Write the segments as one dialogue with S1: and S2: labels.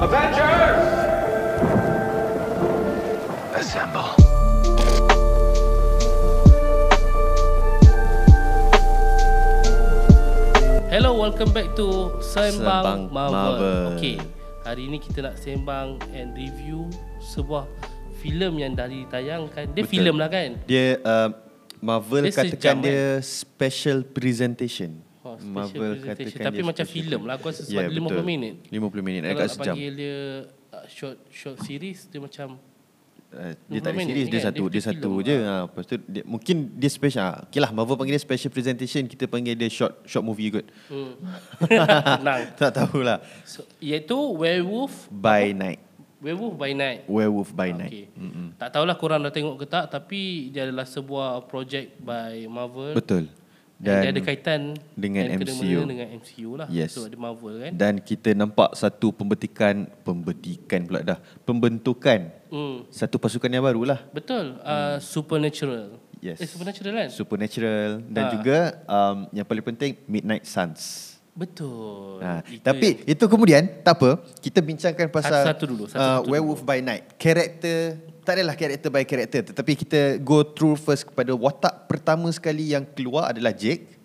S1: Avengers!
S2: Assemble.
S3: Hello, welcome back to Sembang,
S4: Sembang
S3: Marvel.
S4: Marvel.
S3: Okey, hari ini kita nak sembang and review sebuah filem yang dah ditayangkan. Dia
S4: Betul.
S3: filem lah kan?
S4: Dia uh,
S3: Dia
S4: Marvel dia
S3: sejam,
S4: katakan dia special presentation.
S3: Oh, special presentation. Tapi macam
S4: special- Ya,
S3: filem lah. Aku rasa sebab dia 50
S4: betul.
S3: minit.
S4: 50 minit
S3: Kalau
S4: agak
S3: nak
S4: sejam. Eh,
S3: panggil dia uh, short short series, dia macam
S4: Uh, dia
S3: 50
S4: tak ada series,
S3: minit
S4: dia
S3: kan?
S4: satu,
S3: Dia
S4: dia,
S3: filem
S4: satu
S3: lah.
S4: je. Ha, lepas tu dia, mungkin dia special. ah, Okay lah, Marvel panggil dia special presentation, kita panggil dia short short movie kot.
S3: hmm. tenang.
S4: tak tahulah.
S3: So, iaitu Werewolf
S4: By night.
S3: Werewolf by Night.
S4: Werewolf by night.
S3: Okay. Mm-hmm. Tak tahulah korang dah tengok ke tak tapi dia adalah sebuah projek by Marvel.
S4: Betul.
S3: Dan dia
S4: Dan
S3: ada kaitan
S4: dengan
S3: yang kena-mengena
S4: MCU.
S3: dengan MCU lah.
S4: Yes.
S3: So ada Marvel kan.
S4: dan kita nampak satu pembetikan, pembetikan pula dah, pembentukan
S3: Hmm.
S4: satu pasukan yang barulah.
S3: Betul. Uh, supernatural.
S4: Hmm. Yes.
S3: Eh, supernatural kan?
S4: Supernatural dan
S3: Ha.
S4: juga um, yang paling penting Midnight Suns.
S3: Betul.
S4: Ha,
S3: Oh, Itu ya.
S4: tapi itu kemudian tak apa, kita bincangkan pasal
S3: Satu-satu dulu, satu-satu
S4: uh,
S3: dulu.
S4: Werewolf by Night. Karakter tak adalah karakter by karakter tetapi kita go through first kepada watak pertama sekali yang keluar adalah Jake.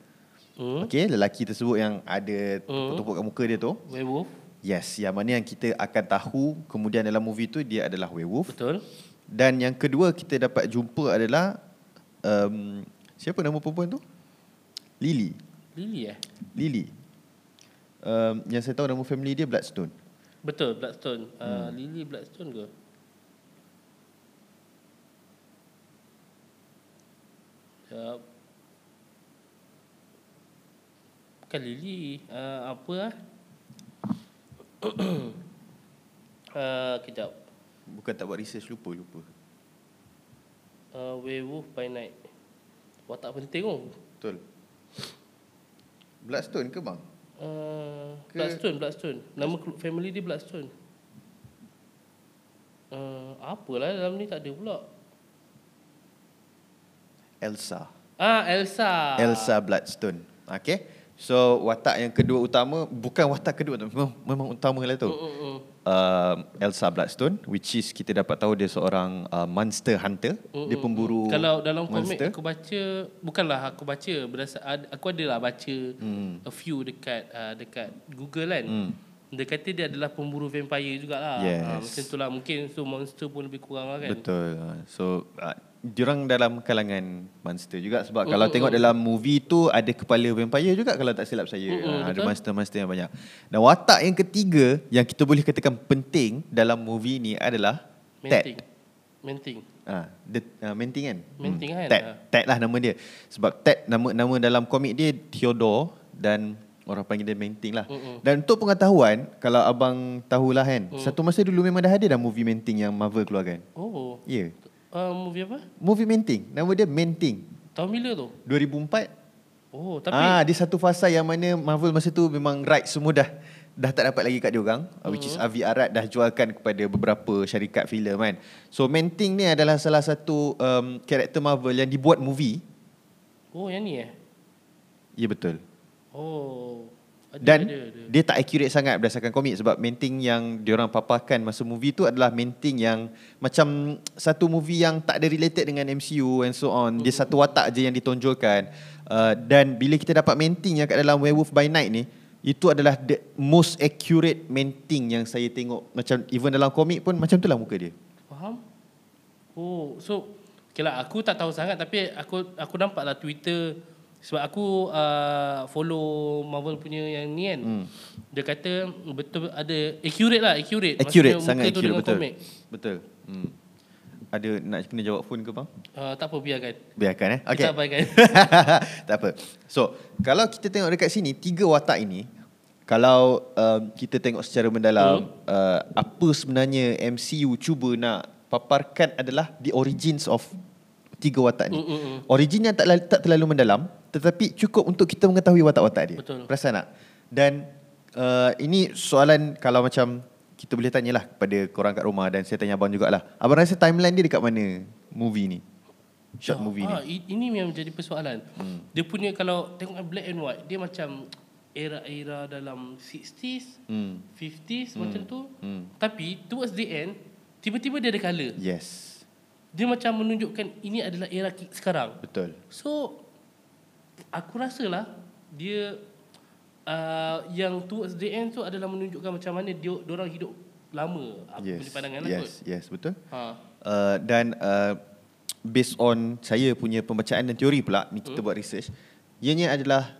S3: Hmm. Oh.
S4: Okey, lelaki tersebut yang ada tumpuk-tumpuk kat muka dia tu.
S3: Werewolf.
S4: Yes, yang mana yang kita akan tahu kemudian dalam movie tu dia adalah werewolf.
S3: Betul.
S4: Dan yang kedua kita dapat jumpa adalah um, siapa nama perempuan tu? Lily.
S3: Lily eh?
S4: Lily. Um, yang saya tahu nama family dia Bloodstone.
S3: Betul, Bloodstone. Uh,
S4: Hmm.
S3: Lily Bloodstone ke? Sekejap. Bukan Lily. Uh, apa lah? uh, kejap.
S4: Bukan tak buat research lupa lupa.
S3: Uh, Werewolf by Night. Watak penting oh.
S4: Betul. Bloodstone ke bang?
S3: Uh,
S4: Ke-
S3: Bloodstone, Bloodstone. Nama kelu- family dia Bloodstone. Uh, apalah dalam ni tak ada pula.
S4: Elsa.
S3: Ah, Elsa.
S4: Elsa Bloodstone. Okay. So watak yang kedua utama bukan watak kedua tu memang, memang utama lah tu.
S3: Mm-mm.
S4: Um, Elsa Bloodstone which is kita dapat tahu dia seorang uh, monster hunter. Dia
S3: Mm-mm.
S4: pemburu
S3: Oh, Kalau dalam komik
S4: monster.
S3: aku baca bukanlah aku baca berdasar ad- aku adalah baca
S4: Hmm.
S3: mm. a few dekat uh, dekat Google kan. Mm. Dia kata dia adalah pemburu vampire jugalah.
S4: Yes.
S3: Ha, macam tu lah. Mungkin so monster pun lebih kurang lah kan.
S4: Betul. Ha, So uh, diorang dalam kalangan monster juga sebab
S3: Mm,
S4: kalau
S3: mm,
S4: tengok dalam movie tu ada kepala vampire juga kalau tak silap saya.
S3: Mm, mm,
S4: Ha, ada
S3: betul.
S4: monster-monster yang banyak. Dan watak yang ketiga yang kita boleh katakan penting dalam movie ni adalah
S3: Menting.
S4: Ted.
S3: Menting.
S4: Ha, the, uh, Menting kan?
S3: Menting kan,
S4: Ted.
S3: ha.
S4: Ted lah nama dia. Sebab Ted nama nama dalam komik dia Theodore dan orang panggil dia Menting lah.
S3: Mm,
S4: Dan untuk pengetahuan, kalau abang tahulah kan, satu masa dulu memang dah ada dah movie Menting yang Marvel keluarkan.
S3: Oh.
S4: Ya. Yeah.
S3: Uh, movie apa?
S4: Movie Menting. Nama dia Menting.
S3: Tahun bila tu?
S4: 2004.
S3: Oh,
S4: Tapi,
S3: tapi
S4: ah, dia satu fasa yang mana Marvel masa tu memang right semua dah dah tak dapat lagi kat dia orang uh which is Avi Arad dah jualkan kepada beberapa syarikat filem kan. So Menting ni adalah salah satu um, karakter Marvel yang dibuat movie.
S3: Oh, yang ni eh?
S4: Ya betul.
S3: Oh. Ada,
S4: Dan
S3: ada, ada.
S4: dia tak accurate sangat berdasarkan komik sebab Menting yang diorang paparkan masa movie tu adalah Menting yang macam satu movie yang tak ada related dengan MCU and so on. Dia satu watak je yang ditonjolkan. Uh, dan bila kita dapat Menting yang kat dalam Werewolf by Night ni, itu adalah the most accurate Menting yang saya tengok. Macam even dalam komik pun macam tu lah muka dia.
S3: Faham? Oh, so okay lah, aku tak tahu sangat tapi aku aku nampak lah Twitter sebab aku uh, follow Marvel punya yang ni kan. Hmm. Dia kata betul ada accurate lah, accurate.
S4: Accurate,
S3: Maksudnya
S4: sangat
S3: muka tu
S4: accurate
S3: dengan
S4: betul.
S3: Komik.
S4: Betul. Hmm. Ada nak kena jawab phone ke bang?
S3: Uh, tak apa biarkan.
S4: Biarkan eh.
S3: Kita abaikan.
S4: tak apa. So, kalau kita tengok dekat sini, tiga watak ini, kalau um, kita tengok secara mendalam, uh, apa sebenarnya MCU cuba nak paparkan adalah the origins of tiga watak ni.
S3: Mm, mm, mm.
S4: Origin yang tak, la- tak terlalu mendalam, tetapi cukup untuk kita mengetahui watak-watak dia.
S3: Betul.
S4: Perasan tak? Dan uh, ini soalan kalau macam kita boleh tanyalah kepada korang kat rumah dan saya tanya abang jugalah. Abang rasa timeline dia dekat mana movie ni? Short movie ni.
S3: Ah, i- ini yang menjadi persoalan. Hmm. Dia punya kalau tengok black and white, dia macam era-era dalam 60s,
S4: Hmm.
S3: 50s
S4: Hmm.
S3: macam tu.
S4: Hmm.
S3: Tapi towards the end, tiba-tiba dia ada colour.
S4: Yes.
S3: Dia macam menunjukkan ini adalah era ki- sekarang.
S4: Betul.
S3: So aku rasalah dia uh, yang towards the end tu adalah menunjukkan macam mana dia orang hidup lama. Aku yes. punya pandangan lah
S4: yes,
S3: kot.
S4: yes, betul.
S3: Ha.
S4: Uh, dan uh, based on saya punya pembacaan dan teori pula ni
S3: Hmm.
S4: kita buat research ianya adalah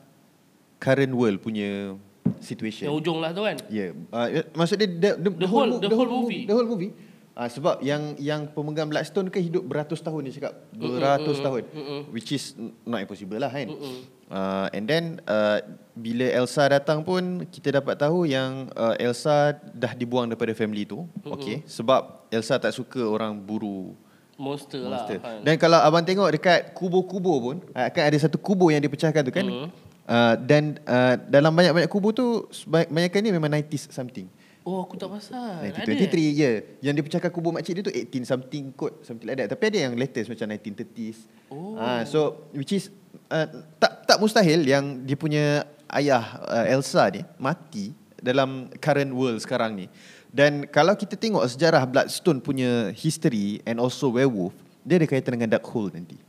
S4: current world punya
S3: Yang
S4: situation
S3: hujung lah tu kan.
S4: ya yeah. uh, maksud dia the, the,
S3: The whole-
S4: mo-
S3: the whole movie.
S4: the whole movie uh, sebab yang yang pemegang Blackstone kan hidup beratus tahun dia cakap
S3: Mm-mm,
S4: beratus
S3: mm-mm,
S4: tahun
S3: mm-mm.
S4: which is not impossible lah kan
S3: Mm-mm.
S4: uh, and then uh, bila Elsa datang pun kita dapat tahu yang uh, Elsa dah dibuang daripada family tu okey sebab Elsa tak suka orang buru
S3: Monster,
S4: Monster.
S3: lah. Kan.
S4: Dan kalau abang tengok dekat kubur-kubur pun ah, akan ada satu kubur yang dipecahkan tu kan.
S3: Mhm.
S4: Uh, dan uh, dalam banyak-banyak kubur tu banyakkan ni memang 90s something.
S3: Oh aku tak pasal. Ada
S4: 1923 ya. Yeah. Yang dipecahkan kubur makcik dia tu 18 something kot something like that. Tapi ada yang latest macam 1930s.
S3: Oh.
S4: Ah, so which is uh, tak tak mustahil yang dia punya ayah uh, Elsa ni mati dalam current world sekarang ni. Dan kalau kita tengok sejarah Bloodstone punya history and also werewolf, dia ada kaitan dengan dark hole nanti.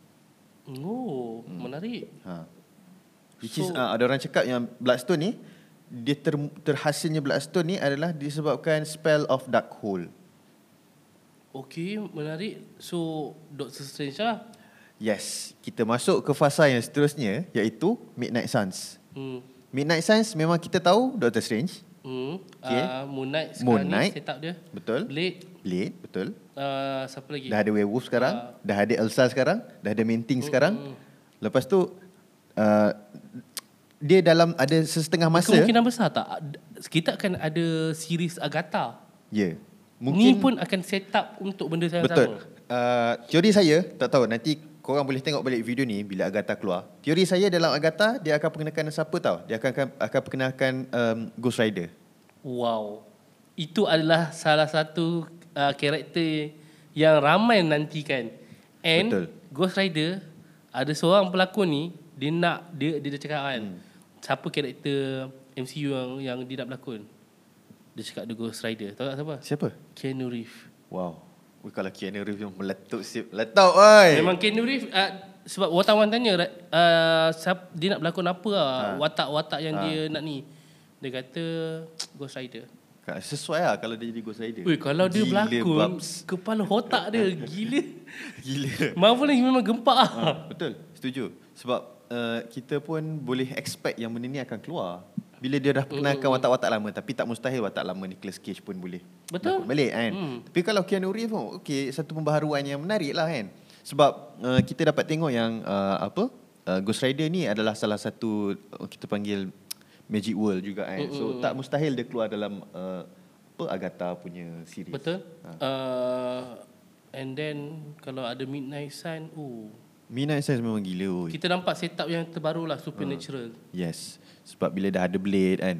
S3: Oh, menarik.
S4: Ha. Which is
S3: So-
S4: uh, ada orang cakap yang Bloodstone ni dia ter, terhasilnya Bloodstone ni adalah disebabkan spell of dark hole.
S3: Okey, menarik. So, Doctor Strange lah.
S4: Yes, kita masuk ke fasa yang seterusnya iaitu Midnight Suns.
S3: Hmm.
S4: Midnight Suns memang kita tahu Doctor Strange,
S3: Hmm.
S4: Okey.
S3: Okay. Uh, Moon Knight
S4: Moon
S3: sekarang
S4: Knight.
S3: ni set up dia.
S4: betul?
S3: Blade.
S4: Blade, betul.
S3: Uh, siapa lagi?
S4: Dah ada werewolf sekarang,
S3: Ah.
S4: dah ada Elsa sekarang, dah ada Menting sekarang. Lepas tu uh, dia dalam ada sesetengah masa. Ya.
S3: Kemungkinan besar tak? Ad- Kita akan ada series Agatha.
S4: Yeah.
S3: Mungkin... Ni pun akan set up untuk benda yang
S4: Ya. Betul.
S3: sama.
S4: Uh, teori saya, tak tahu nanti korang boleh tengok balik video ni bila Agatha keluar. Teori saya dalam Agatha dia akan perkenalkan siapa tahu? Dia akan akan, akan perkenalkan um, Ghost Rider.
S3: Wow. Itu adalah salah satu uh, karakter yang ramai nantikan. And
S4: Betul.
S3: Betul. Ghost Rider ada seorang pelakon ni dia nak dia dia dah cakap kan. Hmm. Siapa karakter MCU yang yang dia nak berlakon? Dia cakap The Ghost Rider. Tahu tak siapa?
S4: Siapa?
S3: Keanu Reeves.
S4: Wow. Ui, kalau Keanu Reeves yang meletup sip. Letup oi.
S3: Memang Keanu Reeves uh, sebab wartawan tanya right, uh, siap, dia nak berlakon apa lah, ha. watak-watak yang ha. dia nak ni. Dia kata Ghost Rider.
S4: Ka- Sesuai lah kalau dia jadi Ghost Rider.
S3: Ui, kalau dia
S4: Gila,
S3: berlakon,
S4: babs.
S3: kepala otak dia gila.
S4: Gila.
S3: Marvel ni memang gempak ah.
S4: ha, betul. Setuju. Sebab uh, kita pun boleh expect yang benda ni akan keluar. Bila dia dah perkenalkan watak-watak lama tapi tak mustahil watak lama Nicolas Cage pun boleh.
S3: Betul. Mm.
S4: dapat Balik kan. Hmm. Tapi kalau Keanu Reeves pun okey satu pembaharuan yang menarik lah kan. Sebab uh, kita dapat tengok yang uh, apa uh, Ghost Rider ni adalah salah satu uh, kita panggil Magic World juga kan. So tak mustahil dia keluar dalam uh, apa Agatha punya series.
S3: Betul? Ha. Uh, and then kalau ada Midnight Sun, oh.
S4: Midnight Suns memang gila oi.
S3: Kita nampak setup yang terbaru lah supernatural.
S4: Yes. Sebab bila dah ada blade kan.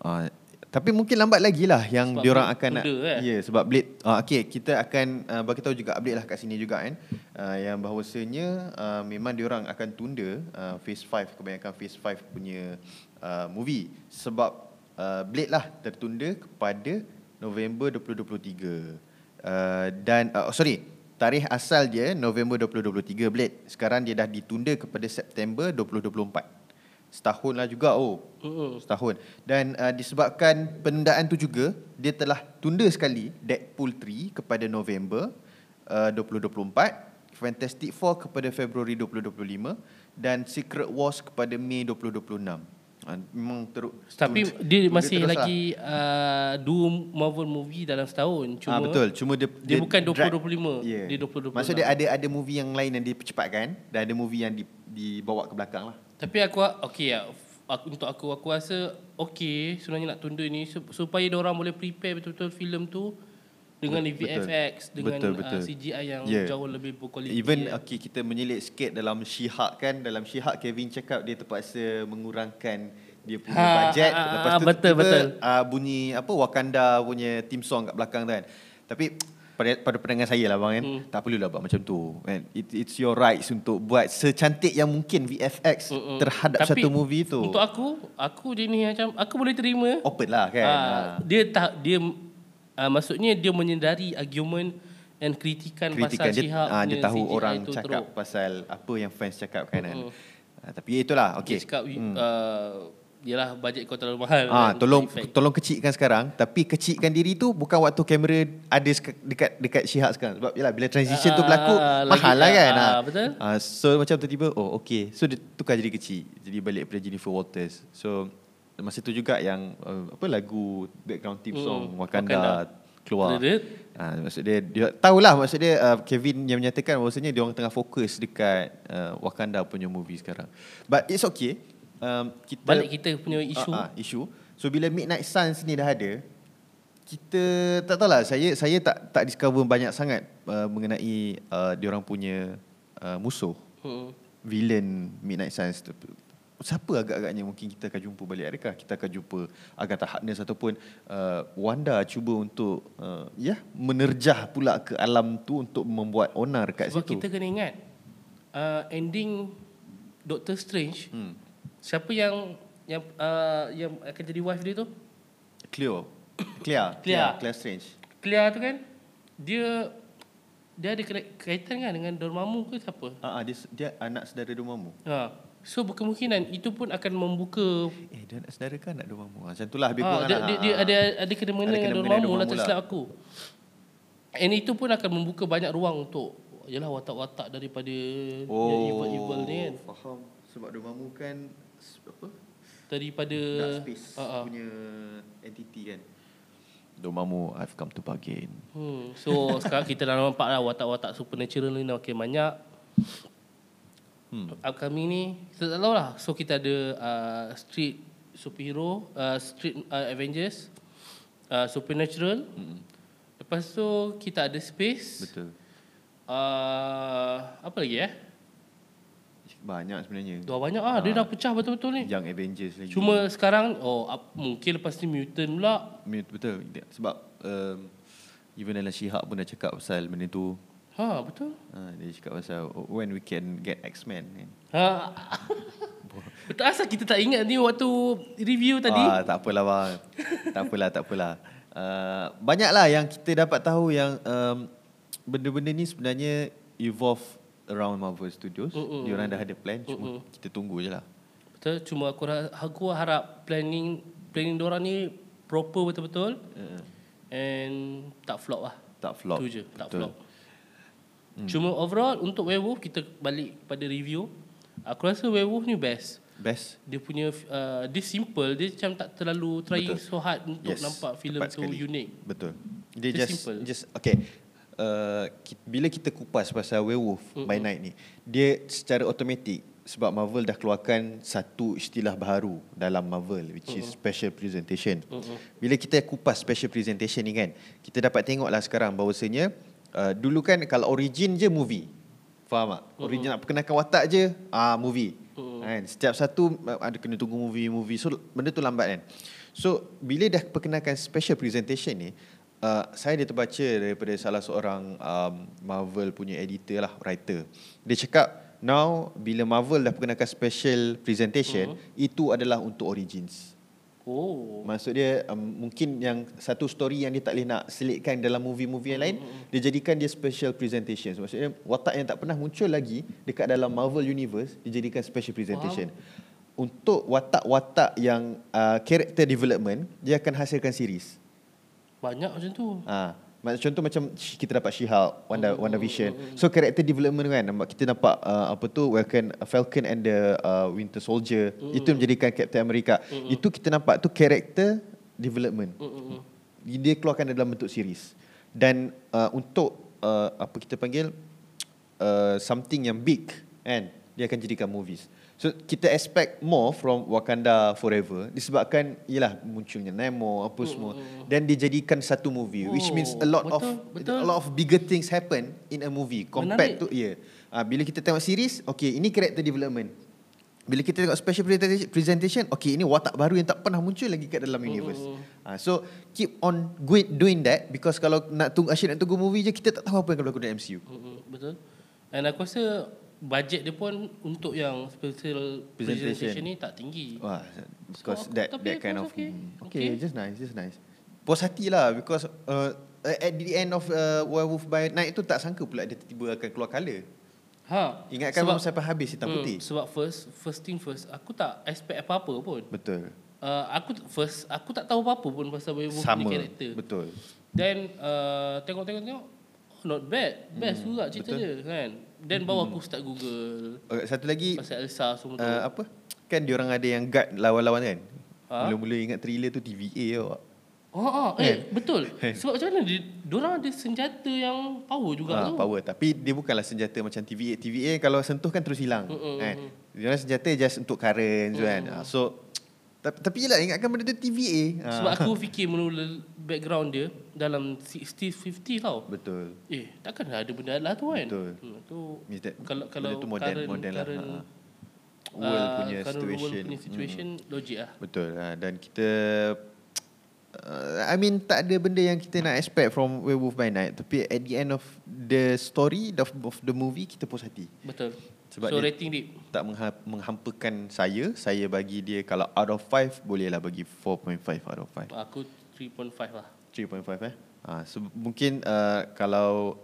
S4: Uh, tapi mungkin lambat lagi lah yang
S3: Sebab
S4: diorang
S3: blade
S4: akan nak.
S3: kuda, eh?
S4: Ya, sebab blade. Uh, okay, kita akan uh, bagi tahu juga update lah kat sini juga kan. Uh, yang bahawasanya uh, memang diorang akan tunda uh, Phase 5 kebanyakan Phase 5 punya uh, movie sebab uh, blade lah tertunda kepada November 2023. Uh, dan uh, sorry, tarikh asal dia November 2023 blade. Sekarang dia dah ditunda kepada September 2024. Setahun lah juga oh.
S3: Mm-mm.
S4: Setahun. Dan uh, disebabkan penundaan tu juga, dia telah tunda sekali Deadpool 3 kepada November uh, 2024, Fantastic Four kepada Februari 2025 dan Secret Wars kepada Mei 2026. Uh, memang teruk.
S3: Tapi
S4: tun-
S3: dia
S4: tunda
S3: masih
S4: terus lah.
S3: lagi uh, dua Marvel movie dalam setahun. Cuma
S4: Ah, betul. Cuma dia
S3: dia bukan
S4: drag-
S3: 2025,
S4: Yeah.
S3: dia 2026.
S4: Maksud dia ada ada movie yang lain yang dipercepatkan dan ada movie yang di, dibawa ke belakang lah.
S3: Tapi aku okey lah. Aku, untuk aku aku rasa okey sebenarnya nak tunda ni sup- supaya orang boleh prepare betul-betul filem tu dengan
S4: Bet- betul.
S3: VFX dengan
S4: Betul,
S3: betul,
S4: betul.
S3: Uh, CGI yang
S4: Yeah.
S3: yeah. jauh lebih berkualiti.
S4: Even okay, kita menyelit sikit dalam Shihak kan dalam Shihak Kevin cakap dia terpaksa mengurangkan dia punya ha,
S3: Ha,
S4: bajet
S3: ha, ha,
S4: lepas tu ah,
S3: betul,
S4: tiba,
S3: betul.
S4: Uh, bunyi apa Wakanda punya theme song kat belakang tu kan. Tapi pada pada pandangan saya lah bang kan hmm. tak perlulah buat macam tu kan It, it's your rights untuk buat secantik yang mungkin VFX
S3: Mm-mm.
S4: Mm-mm. terhadap
S3: Tapi
S4: satu movie tu
S3: Untuk aku, aku jenis macam aku boleh terima.
S4: open lah kan
S3: Ah,
S4: ha.
S3: dia tak dia ah, maksudnya dia menyedari argument and kritikan, pasal
S4: kritikan dia
S3: Shihab
S4: ah, dia
S3: punya
S4: tahu
S3: CGI
S4: orang
S3: tu
S4: cakap
S3: teruk.
S4: pasal apa yang fans cakap kan kan
S3: Mm-mm.
S4: Ah, tapi itulah
S3: Dia
S4: okey
S3: cakap hmm. uh, Yelah bajet kau terlalu mahal
S4: Ah,
S3: kan,
S4: tolong
S3: effect.
S4: tolong kecilkan sekarang tapi kecilkan diri tu bukan waktu kamera ada sek- dekat dekat Syihab sekarang sebab yalah bila transition
S3: Ah,
S4: tu berlaku
S3: lagi-
S4: mahal lah kan.
S3: ah,
S4: Ah,
S3: betul.
S4: Ah, so macam tiba-tiba oh okey. So dia tukar jadi kecil. Jadi balik pada Jennifer Walters. So masa tu juga yang uh, apa lagu background theme
S3: Mm,
S4: song Wakanda,
S3: Wakanda.
S4: keluar.
S3: Terdedet.
S4: Ah, maksud dia dia tahulah maksud dia uh, Kevin yang menyatakan bahawasanya dia orang tengah fokus dekat uh, Wakanda punya movie sekarang. But it's okay. Um, kita
S3: Balik kita punya isu
S4: Ah, ah, isu. So bila Midnight Suns ni dah ada, kita tak tahulah saya saya tak tak discover banyak sangat uh, mengenai uh, diorang punya uh, musuh
S3: Hmm.
S4: villain Midnight Suns tu. Siapa agak-agaknya mungkin kita akan jumpa balik adakah kita akan jumpa Agatha Harkness ataupun uh, Wanda cuba untuk uh, ya menerjah pula ke alam tu untuk membuat onar kat
S3: Sebab
S4: situ.
S3: kita kena ingat uh, ending Doctor Strange
S4: hmm.
S3: siapa yang yang uh, yang akan jadi wife dia tu?
S4: Cleo. Clea.
S3: Clea.
S4: Clea Strange.
S3: Clea tu kan dia dia ada kena- kaitan kan dengan Dormammu ke siapa?
S4: Ah, ah, dia, dia anak saudara Dormammu.
S3: Ha. So berkemungkinan itu pun akan membuka
S4: Eh dia nak saudara kan nak Dormammu Macam tu lah habis
S3: ha,
S4: kurang
S3: dia,
S4: lah.
S3: dia, dia, ada ada kena mengena
S4: Ada
S3: dengan
S4: kena-mengena
S3: Dormammu lah
S4: Dormammu
S3: tak
S4: lah.
S3: silap aku. And itu pun akan membuka banyak ruang untuk yalah watak-watak daripada oh. yang evil-evil ni kan.
S4: Faham Sebab Dormammu kan s- Apa
S3: Daripada
S4: Dark space
S3: Ha, ha.
S4: punya entity kan Dormammu I've come to bargain
S3: Hmm. So sekarang kita dah nampak lah watak-watak supernatural ni dah makin banyak. Hmm. Upcoming ni kita tak tahu lah. So kita ada uh, street superhero, uh, street uh, Avengers, uh, supernatural. Hmm. Lepas tu kita ada space.
S4: Betul
S3: Uh, apa lagi eh?
S4: Banyak sebenarnya
S3: Dah banyak ah. Dia dah pecah betul-betul ni.
S4: Yang Avengers lagi
S3: Cuma sekarang oh up, mungkin lepas ni mutant pula.
S4: Mut- Betul Sebab um, Even Alan Shihab pun dah cakap pasal benda tu
S3: Ha betul.
S4: ha, Dia cakap pasal oh, When we can get X-Men kan
S3: Ha. Betul asal kita tak ingat ni waktu review tadi.
S4: Ah, tak apalah bang. tak apalah, tak apalah. Uh, banyaklah yang kita dapat tahu yang um, benda-benda ni sebenarnya evolve around Marvel Studios.
S3: Mm-mm.
S4: Mm-mm. Diorang dah ada plan, cuma
S3: Mm-mm.
S4: kita tunggu je lah.
S3: Betul cuma aku ra- aku harap planning planning diorang ni proper betul-betul
S4: Uh,
S3: and tak flop lah.
S4: tak flop.
S3: Tu je, tak flop. Hmm. Cuma overall untuk Werewolf kita balik pada review. Aku rasa Werewolf ni best.
S4: Best.
S3: Dia punya uh, dia simple, dia macam tak terlalu trying
S4: Betul.
S3: so hard untuk yes. nampak filem
S4: tepat
S3: tu
S4: sekali.
S3: unik.
S4: Betul. Dia
S3: Dia
S4: just
S3: simple.
S4: just okay. Uh, ki- bila kita kupas pasal werewolf mm by night ni, dia secara automatik sebab Marvel dah keluarkan satu istilah baru dalam Marvel which is special presentation.
S3: Mm-mm.
S4: Bila kita kupas special presentation ni kan, kita dapat tengoklah sekarang bahawasanya uh, dulu kan kalau origin je movie. Faham tak? Origin nak perkenalkan watak je, ah movie. Kan? Setiap satu uh, ada kena tunggu movie-movie. So benda tu lambat kan. So bila dah perkenalkan special presentation ni, uh, saya dia terbaca daripada salah seorang um, Marvel punya editor lah, writer. Dia cakap now bila Marvel dah perkenalkan special presentation, itu adalah untuk origins.
S3: Oh.
S4: Maksud dia um, mungkin yang satu story yang dia tak boleh nak selitkan dalam movie-movie yang lain, dia jadikan dia special presentation. So, maksudnya watak yang tak pernah muncul lagi dekat dalam Marvel Universe, dia jadikan special presentation. Untuk watak-watak yang uh, character development, dia akan hasilkan series.
S3: Banyak macam tu.
S4: Ha. Mak- Contoh macam Sh- kita dapat She-Hulk, Wanda, Wanda Vision. So character development kan nampak kita nampak uh, apa tu Falcon, Falcon and the uh, Winter Soldier. Itu menjadikan Captain America. Itu kita nampak tu character development.
S3: Mm-mm.
S4: Dia keluarkan dalam bentuk series. Dan uh, untuk uh, apa kita panggil uh, something yang big kan dia akan jadikan movies. So kita expect more from Wakanda Forever disebabkan ialah munculnya Nemo apa semua dan dijadikan satu movie oh, which means a lot
S3: betul,
S4: of
S3: betul.
S4: a lot of bigger things happen in a movie compared Ah,
S3: Menarik.
S4: to yeah. Uh, bila kita tengok series okay ini character development. bila kita tengok special presentation, presentation okay ini watak baru yang tak pernah muncul lagi kat dalam universe.
S3: Mm.
S4: Ah, so keep on going, doing that because kalau nak tunggu asyik nak tunggu movie je kita tak tahu apa yang akan berlaku dalam MCU.
S3: Mm-mm, Betul. And aku rasa bajet dia pun untuk yang special
S4: Presentation.
S3: presentation ni tak tinggi.
S4: Wah, because
S3: So, aku-
S4: that
S3: tapi
S4: that
S3: aku
S4: kind
S3: rasa
S4: of
S3: okay.
S4: okay.
S3: Okay.
S4: okay, just nice, just nice. Puas hati lah because uh, at the end of uh, Werewolf by Night tu tak sangka pula dia tiba akan keluar colour.
S3: Ha.
S4: Ingatkan sebab, Hmm. sampai habis hitam
S3: Mm,
S4: putih.
S3: Sebab first first thing first, aku tak expect apa-apa pun.
S4: Betul.
S3: Uh, aku t- first aku tak tahu apa-apa pun pasal Werewolf ni
S4: Sama.
S3: karakter.
S4: Betul.
S3: Then uh, tengok tengok tengok oh, not bad. Best juga cerita
S4: Hmm, betul.
S3: dia kan. Then bawa aku start Google
S4: Okay, Uh, satu lagi
S3: pasal Elsa semua tu.
S4: uh, apa? Kan diorang ada yang guard lawan-lawan kan?
S3: Ha?
S4: Mula-mula ingat thriller tu TVA tau. Wak.
S3: Oh, oh eh, betul.
S4: Eh.
S3: Sebab macam mana dia orang ada senjata yang power juga
S4: Ah,
S3: tu.
S4: power tapi dia bukanlah senjata macam TVA. TVA kalau sentuh kan terus hilang.
S3: Mm-mm,
S4: Kan? Dia orang senjata just untuk current tu kan. Ah, So tapi, tapi lah ingatkan benda tu TVA. Ah.
S3: Sebab aku fikir menurut background dia dalam 60s 50 tau.
S4: betul.
S3: Eh, takkan ada benda lah tu kan.
S4: Betul.
S3: Hmm, tu
S4: Means that
S3: kalau kalau
S4: benda tu modern
S3: current,
S4: modern lah.
S3: current,
S4: Ah. World
S3: ah,
S4: punya
S3: current
S4: situation. Hmm.
S3: World punya situation logik lah.
S4: Betul. Ha, dan kita uh, I mean tak ada benda yang kita nak expect from Werewolf by Night tapi at the end of the story of, of the movie kita puas hati.
S3: Betul.
S4: Sebab
S3: so
S4: dia-
S3: rating dia
S4: Tak mengha- menghampakan saya, saya bagi dia kalau out of 5 bolehlah bagi 4.5 out of 5.
S3: aku 3.5 lah.
S4: 3.5 eh. Ha, so mungkin uh, kalau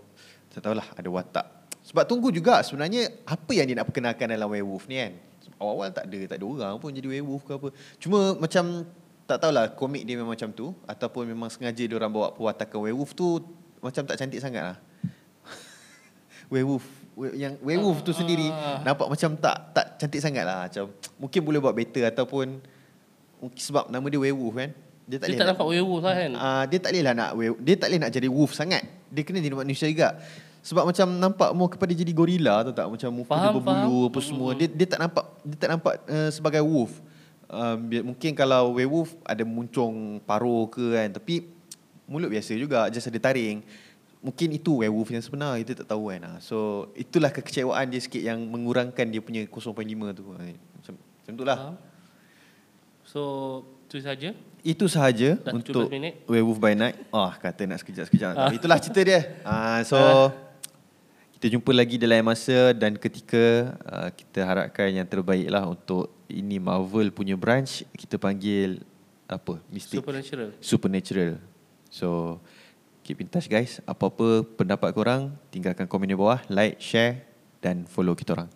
S4: tak tahulah ada watak. Sebab tunggu juga sebenarnya apa yang dia nak perkenalkan dalam werewolf ni kan. Sebab Awal-awal tak ada, tak ada orang pun jadi werewolf ke apa. Cuma macam tak tahulah komik dia memang macam tu ataupun memang sengaja dia orang bawa pewatakan werewolf tu macam tak cantik sangat lah. werewolf we- yang werewolf tu
S3: Ah,
S4: sendiri
S3: ah.
S4: nampak macam tak tak cantik sangat lah macam mungkin boleh buat better ataupun mungkin sebab nama dia werewolf kan dia tak
S3: dia tak
S4: boleh nak-
S3: nampak werewolf lah kan.
S4: Uh, dia tak boleh lah nak we- dia tak boleh nak jadi wolf sangat. Dia kena jadi manusia juga. Sebab macam nampak more kepada jadi gorila tau tak macam muka
S3: Faham,
S4: dia berbulu
S3: faham. Hmm.
S4: apa semua. Dia dia tak nampak dia tak nampak uh, sebagai wolf. Um, bi- mungkin kalau werewolf ada muncung paruh ke kan tapi mulut biasa juga just ada taring. Mungkin itu werewolf yang sebenar kita tak tahu kan. Ah, So itulah kekecewaan dia sikit yang mengurangkan dia punya 0.5 tu. Ah, Macam macam itulah.
S3: Faham? Ha? So tu saja.
S4: Itu sahaja
S3: Dah
S4: untuk
S3: 17 minit.
S4: Werewolf by Night. Ah, kata nak sekejap-sekejap.
S3: Ah.
S4: Tapi itulah cerita dia. Ah, so kita jumpa lagi dalam lain masa dan ketika ah, kita harapkan yang terbaiklah untuk ini Marvel punya branch kita panggil apa? Mystic
S3: Supernatural.
S4: Supernatural. So keep in touch guys. Apa-apa pendapat korang tinggalkan komen di bawah, like, share dan follow kita orang.